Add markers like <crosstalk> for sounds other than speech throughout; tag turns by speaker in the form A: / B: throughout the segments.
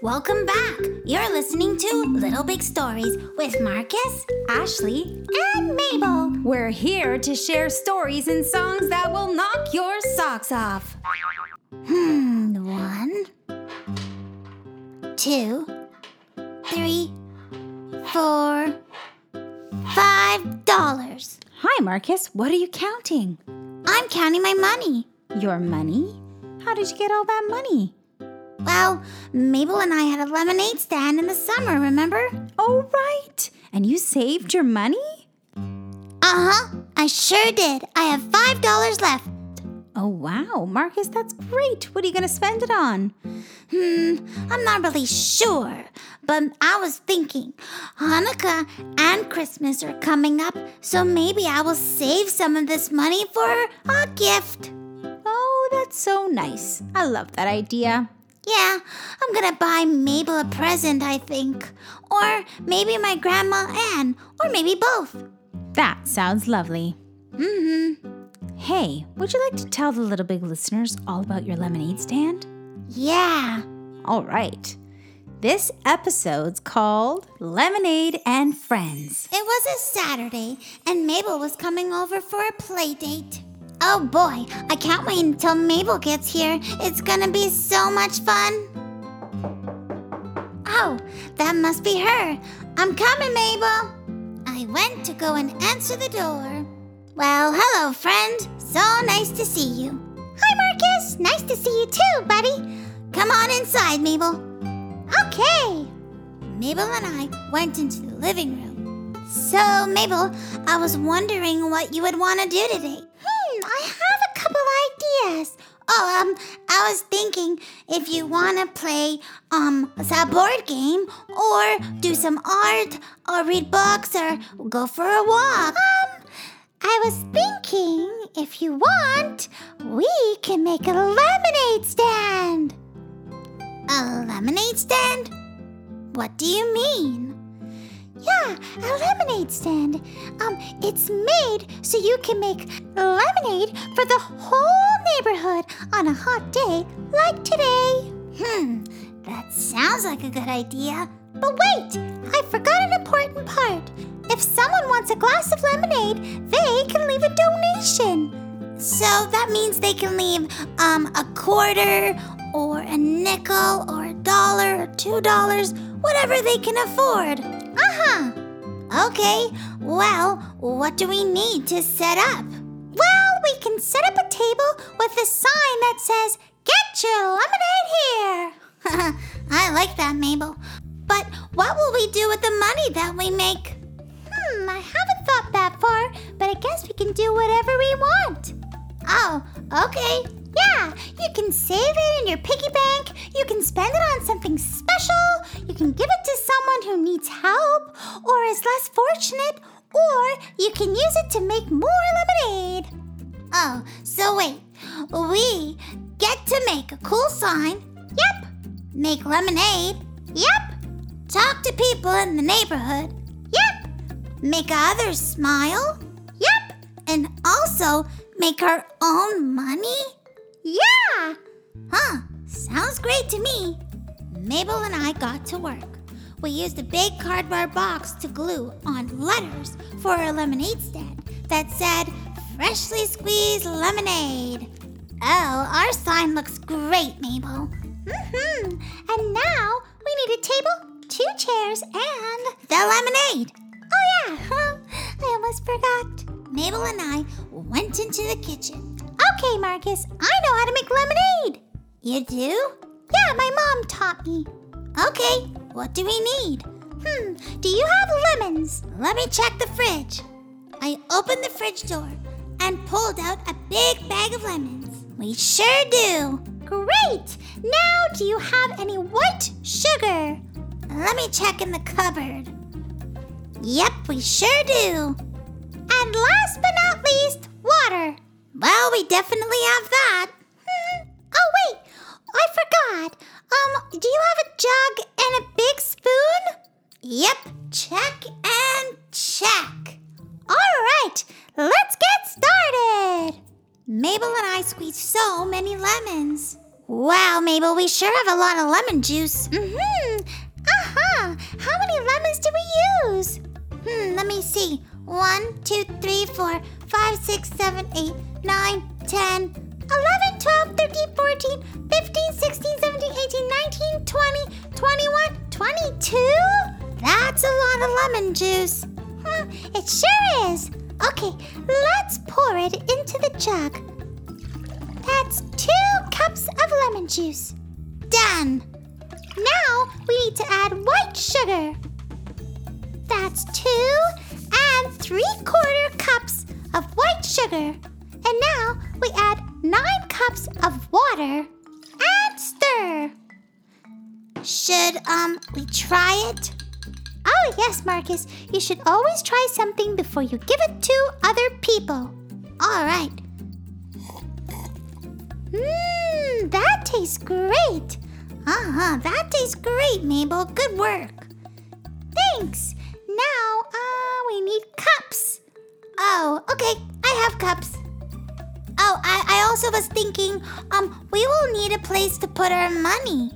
A: Welcome back. You're listening to Little Big Stories with Marcus, Ashley, and Mabel.
B: We're here to share stories and songs that will knock your socks off.
A: Hmm, one, two, three, four, five dollars.
B: Hi, Marcus. What are you counting?
A: I'm counting my money.
B: Your money? How did you get all that money?
A: Well, Mabel and I had a lemonade stand in the summer, remember?
B: Oh, right. And you saved your money?
A: Uh huh. I sure did. I have five dollars left.
B: Oh, wow. Marcus, that's great. What are you going to spend it on?
A: Hmm, I'm not really sure, but I was thinking Hanukkah and Christmas are coming up, so maybe I will save some of this money for a gift.
B: Oh, that's so nice. I love that idea.
A: Yeah, I'm gonna buy Mabel a present, I think. Or maybe my grandma Anne, or maybe both.
B: That sounds lovely.
A: Mm hmm.
B: Hey, would you like to tell the little big listeners all about your lemonade stand?
A: Yeah.
B: All right. This episode's called Lemonade and Friends.
A: It was a Saturday, and Mabel was coming over for a play date. Oh boy, I can't wait until Mabel gets here. It's gonna be so much fun. Oh, that must be her. I'm coming, Mabel. I went to go and answer the door. Well, hello, friend. So nice to see you. Hi, Marcus. Nice to see you too, buddy. Come on inside, Mabel. Okay. Mabel and I went into the living room. So, Mabel, I was wondering what you would want to do today. Hmm, I have a couple ideas. Oh, um, I was thinking if you want to play, um, a board game or do some art or read books or go for a walk. Um, I was thinking if you want, we can make a lemonade stand. A lemonade stand? What do you mean? Yeah, a lemonade stand. Um, it's made so you can make lemonade for the whole neighborhood on a hot day like today. Hmm, that sounds like a good idea. But wait, I forgot an important part. If someone wants a glass of lemonade, they can leave a donation. So that means they can leave um a quarter or a nickel or a dollar or two dollars, whatever they can afford. Uh-huh. Okay, well, what do we need to set up? Well, we can set up a table with a sign that says, Get your lemonade here! <laughs> I like that, Mabel. But what will we do with the money that we make? Hmm, I haven't thought that far, but I guess we can do whatever we want. Oh, okay. Yeah, you can save it in your piggy bank, you can spend it on something special, you can give it to someone who needs help or is less fortunate, or you can use it to make more lemonade. Oh, so wait. We get to make a cool sign. Yep. Make lemonade. Yep. Talk to people in the neighborhood. Yep. Make others smile. Yep. And also make our own money. Yeah. Huh. Sounds great to me. Mabel and I got to work. We used a big cardboard box to glue on letters for our lemonade stand that said freshly squeezed lemonade. Oh, our sign looks great, Mabel. Mm-hmm. And now we need a table, two chairs, and the lemonade. Oh yeah, <laughs> I almost forgot. Mabel and I went into the kitchen. Okay, Marcus, I know how to make lemonade. You do? Yeah, my mom taught me. Okay, what do we need? Hmm, do you have lemons? Let me check the fridge. I opened the fridge door and pulled out a big bag of lemons. We sure do. Great! Now, do you have any white sugar? Let me check in the cupboard. Yep, we sure do. And last but not least, water. Well, we definitely have that. Hmm. <laughs> Oh, wait, I forgot. Um, do you have a jug and a big spoon? Yep, check and check. All right, let's get started. Mabel and I squeezed so many lemons. Wow, Wow, Mabel, we sure have a lot of lemon juice. Mm-hmm. Aha! How many lemons do we use? Hmm, let me see. One, two, three, four, five, six, seven, eight, nine, ten, eleven, twelve, thirteen, fourteen, fifteen, sixteen, seventeen, eighteen, nineteen, twenty, twenty-one, twenty-two. That's a lot of lemon juice. Hmm, it sure is. Okay, let's pour it into the jug. That's two cups of lemon juice. Done. Now we need to add white sugar. That's two and three quarter cups of white sugar. And now we add nine cups of water and stir. Should um we try it? Oh yes, Marcus. You should always try something before you give it to other people. All right. Mmm, that tastes great. Uh huh, that tastes great, Mabel. Good work. Thanks. Now, uh, we need cups. Oh, okay, I have cups. Oh, I, I also was thinking, um, we will need a place to put our money.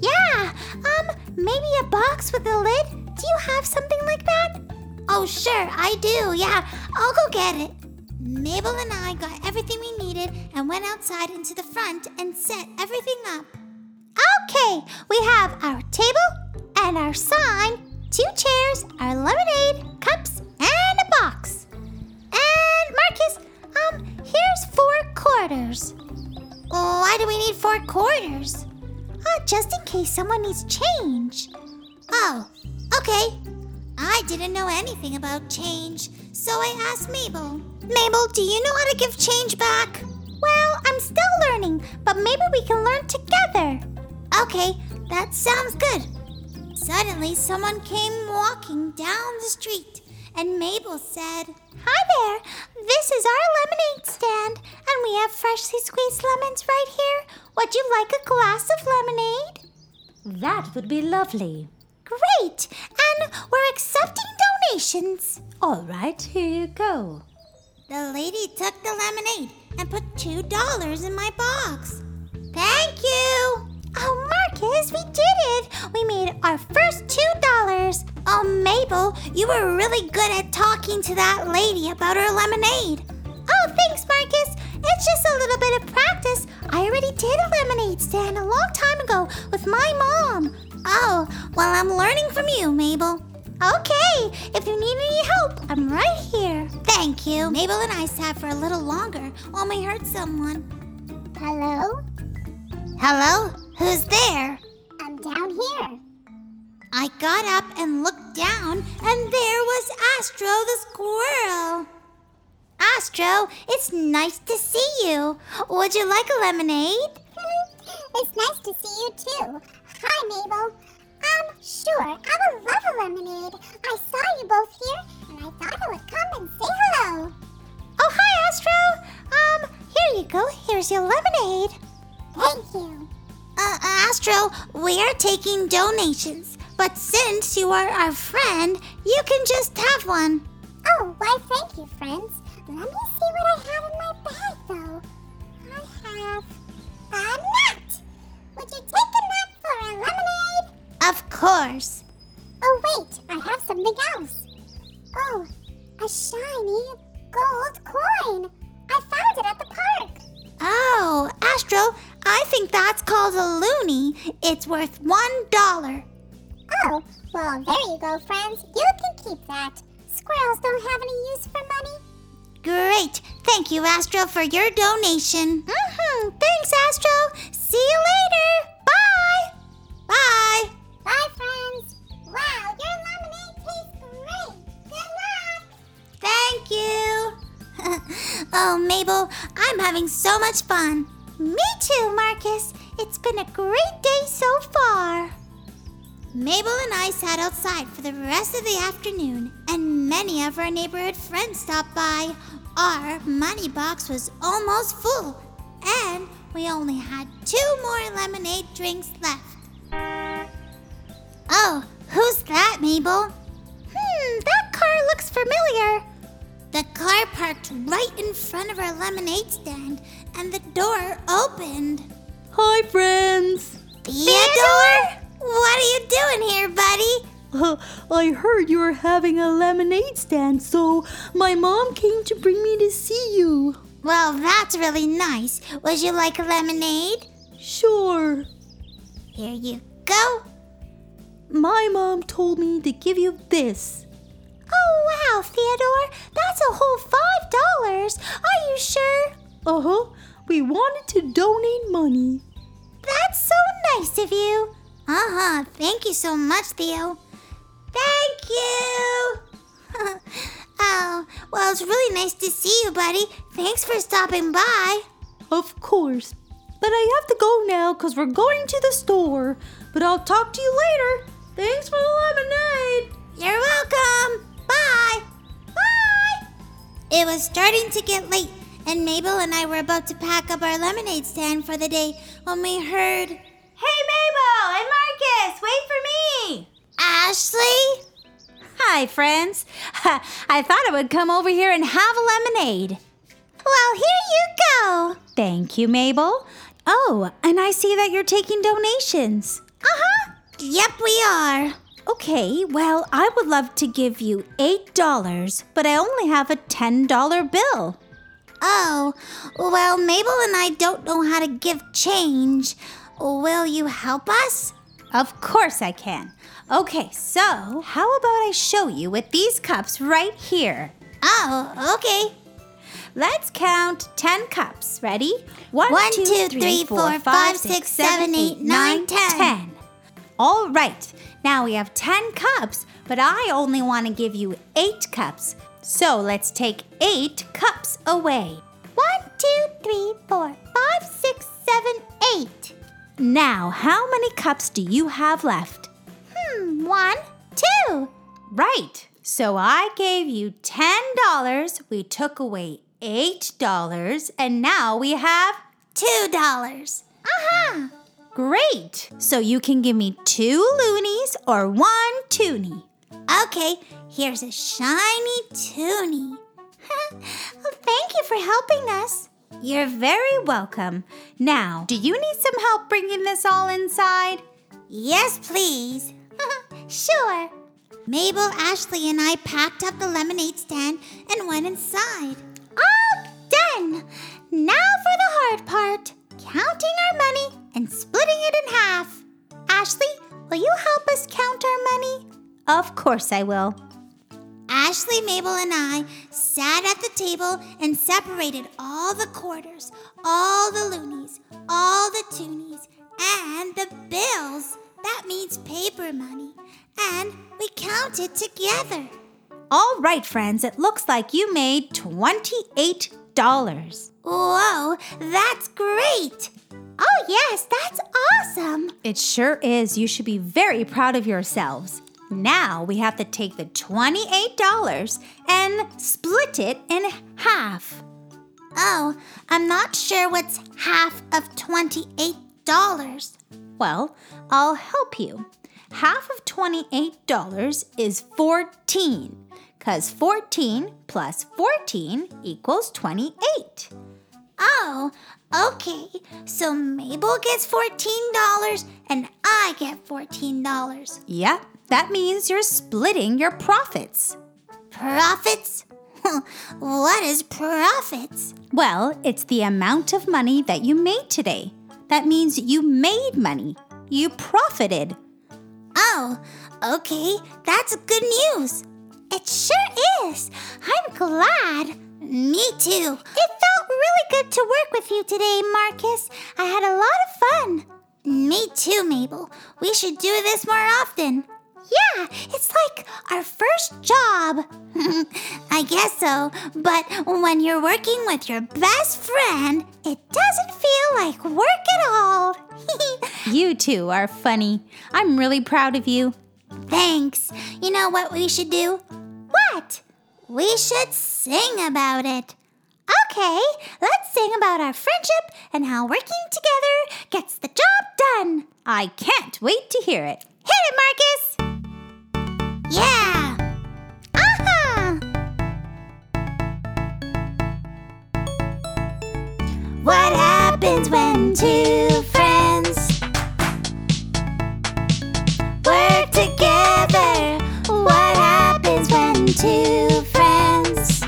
A: Yeah, um, maybe a box with a lid? Do you have something like that? Oh, sure, I do, yeah. I'll go get it. Mabel and I got everything we needed and went outside into the front and set everything up. Okay, we have our table and our sign, two chairs, our lemonade, cups, and a box. And Marcus, um, here's four quarters. Why do we need four quarters? Uh, just in case someone needs change. Oh, okay. I didn't know anything about change, so I asked Mabel. Mabel, do you know how to give change back? Well, I'm still learning, but maybe we can learn together. Okay, that sounds good. Suddenly, someone came walking down the street, and Mabel said, Hi there, this is our lemonade stand, and we have freshly squeezed lemons right here. Would you like a glass of lemonade?
B: That would be lovely.
A: Great! And we're accepting donations.
B: All right, here you go.
A: The lady took the lemonade and put two dollars in my box. Thank you! Oh, Marcus, we did it! We made our first two dollars! Oh, Mabel, you were really good at talking to that lady about her lemonade. Oh, thanks, Marcus. It's just a little bit of practice. I already did a lemonade stand a long time ago with my mom. Oh, well, I'm learning from you, Mabel. Okay, if you need any help, I'm right here. Thank you. Mabel and I sat for a little longer while we heard someone. Hello? Hello? Who's there? I'm down here. I got up and looked down, and there was Astro the squirrel. Astro, it's nice to see you. Would you like a lemonade?
C: <laughs> it's nice to see you too. Hi, Mabel. Um, sure, I would love a lemonade. I saw you both here, and I thought I would come and say hello.
A: Oh, hi, Astro. Um, here you go. Here's your lemonade.
C: Thank you.
A: Uh, Astro, we are taking donations, but since you are our friend, you can just have one.
C: Oh, why, thank you, friends. Let me see what I have in my bag, though. I have a nut. Would you take a nut for a lemonade?
A: Of course.
C: Oh, wait, I have something else. Oh, a shiny gold coin. I found it at the park.
A: Oh, Astro, I think that's called a loony. It's worth one dollar.
C: Oh, well, there you go, friends. You can keep that. Squirrels don't have any use for money.
A: Great. Thank you, Astro, for your donation. Mm-hmm. Thanks, Astro. See you later. Bye. Bye.
C: Bye, friends. Wow, your lemonade tastes great. Good luck.
A: Thank you. <laughs> oh, Mabel, I'm having so much fun. Me too, Marcus. It's been a great day so far. Mabel and I sat outside for the rest of the afternoon, and many of our neighborhood friends stopped by. Our money box was almost full, and we only had two more lemonade drinks left. Oh, who's that, Mabel? Hmm, that car looks familiar. The car parked right in front of our lemonade stand, and the door opened.
D: Hi, friends. <laughs>
A: Theodore? What are you doing here, buddy?
D: Uh, I heard you were having a lemonade stand, so my mom came to bring me to see you.
A: Well, that's really nice. Would you like lemonade?
D: Sure.
A: Here you go.
D: My mom told me to give you this.
A: Oh, wow, Theodore. That's a whole $5. Are you sure?
D: Uh huh. We wanted to donate money.
A: That's so nice of you. Uh huh. Thank you so much, Theo. Thank you. <laughs> oh, well, it's really nice to see you, buddy. Thanks for stopping by.
D: Of course. But I have to go now because we're going to the store. But I'll talk to you later. Thanks for the lemonade.
A: You're welcome. Bye. Bye. It was starting to get late, and Mabel and I were about to pack up our lemonade stand for the day when we heard,
B: Hey, Mabel and Marcus, wait for me!
A: Ashley?
B: Hi, friends. <laughs> I thought I would come over here and have a lemonade.
A: Well, here you go.
B: Thank you, Mabel. Oh, and I see that you're taking donations.
A: Uh huh. Yep, we are.
B: Okay, well, I would love to give you $8, but I only have a $10 bill.
A: Oh, well, Mabel and I don't know how to give change. Will you help us?
B: Of course I can. Okay, so how about I show you with these cups right here?
A: Oh, okay.
B: Let's count 10 cups. Ready?
A: One, two, three, four, five, six, seven, eight, nine, 10.
B: All right. Now we have 10 cups, but I only want to give you 8 cups. So let's take 8 cups away.
A: One, two, three, four, five, six, seven, eight.
B: Now, how many cups do you have left?
A: Hmm, one, two.
B: Right. So I gave you $10. We took away $8. And now we have
A: Two dollars. Uh-huh.
B: great. So you can give me two loonies or one toonie.
A: Okay, here's a shiny
B: <laughs>
A: toonie. Well, Thank you for helping us.
B: You're very welcome. Now, do you need some help bringing this all inside?
A: Yes,
B: <laughs>
A: please. sure. Mabel, Ashley, and I packed up the lemonade stand and went inside. All done! Now for the hard part counting our money and splitting it in half. Ashley, will you help us count our money?
B: Of course I will.
A: Ashley, Mabel, and I sat at the table and separated all the quarters, all the loonies, all the toonies, and the bills. That means paper money. And we counted together.
B: All right, friends, it looks like you made $28.
A: Whoa, that's great! Oh, yes, that's awesome!
B: It sure is. You should be very proud of yourselves. Now we have to take the $28 and split it in half.
A: Oh, I'm not sure what's half of $28.
B: Well, I'll help you. Half of $28 is 14, because 14 plus 14 equals 28.
A: Oh, okay. So Mabel gets $14 and I get $14.
B: Yep, that means you're splitting your profits.
A: Profits? <laughs> what is profits?
B: Well, it's the amount of money that you made today. That means you made money. You profited.
A: Oh, okay. That's good news. It sure is. I'm glad. Me too. It felt really good to work with you today, Marcus. I had a lot of fun. Me too, Mabel. We should do this more often. Yeah, it's like our first job. <laughs> I guess so, but when you're working with your best friend, it doesn't feel like work at all.
B: You two are funny. I'm really proud of you.
A: Thanks. You know what we should do? What? We should sing about it. Okay, let's sing about our friendship and how working together gets the job done.
B: I can't wait to hear it.
A: Hit it, Marcus! Yeah! Aha! What happens when two friends? two friends.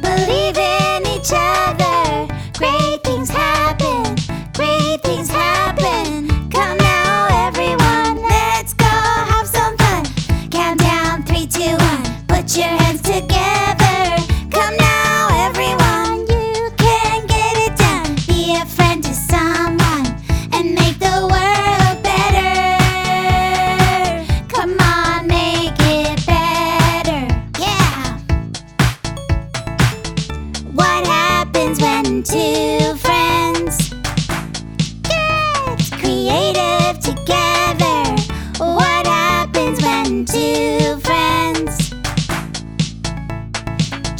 A: Believe in each other. Great things happen. Great things happen. Come now, everyone. Let's go have some fun. Count down three, two, one. Put your hands together. Come now, everyone. You can get it done. Be a friend to someone and make the world better. Come on, make it better. Yeah. What happens when two friends get creative together? What happens when two friends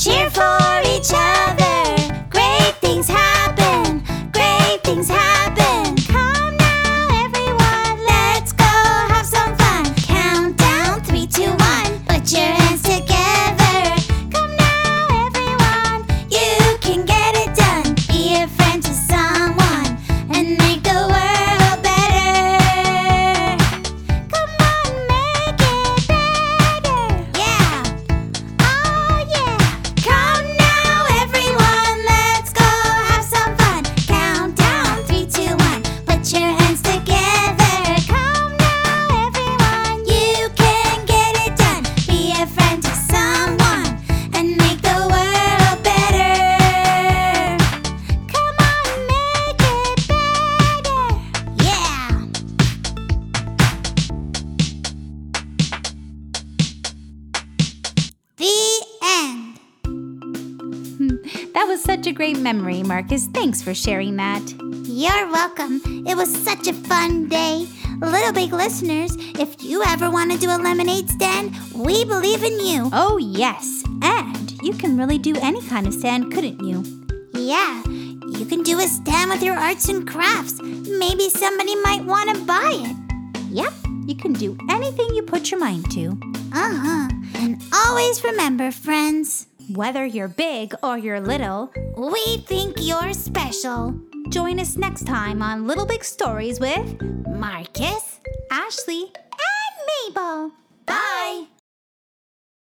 A: cheer for each other? Great things happen. Great things happen. Come now, everyone. Let's go have some fun. Count down three, two, one. Put your hands together. Come now, everyone. You can get it done. Be a friend to someone and make the world better. Come on, make it better. Yeah. Oh yeah. Come now, everyone. Let's go have some fun. Count down three, two, one. Put your hands together. Come now, everyone. You can get it done. Be a friend to someone and make the world better. Come on, make it better. Yeah. The end.
B: Hmm, That was such a great memory, Marcus. Thanks for sharing that.
A: You're welcome. It was such a fun day. Little Big listeners, if you ever want to do a lemonade stand, we believe in you.
B: Oh, yes. And you can really do any kind of stand, couldn't you?
A: Yeah, you can do a stand with your arts and crafts. Maybe somebody might want to buy it.
B: Yep, you can do anything you put your mind to.
A: Uh huh.
B: Uh-huh.
A: And always remember, friends,
B: Whether you're big or you're little,
A: we think you're special.
B: join us next time on Little Big Stories with
A: Marcus
B: Ashley
A: and Mabel. Bye.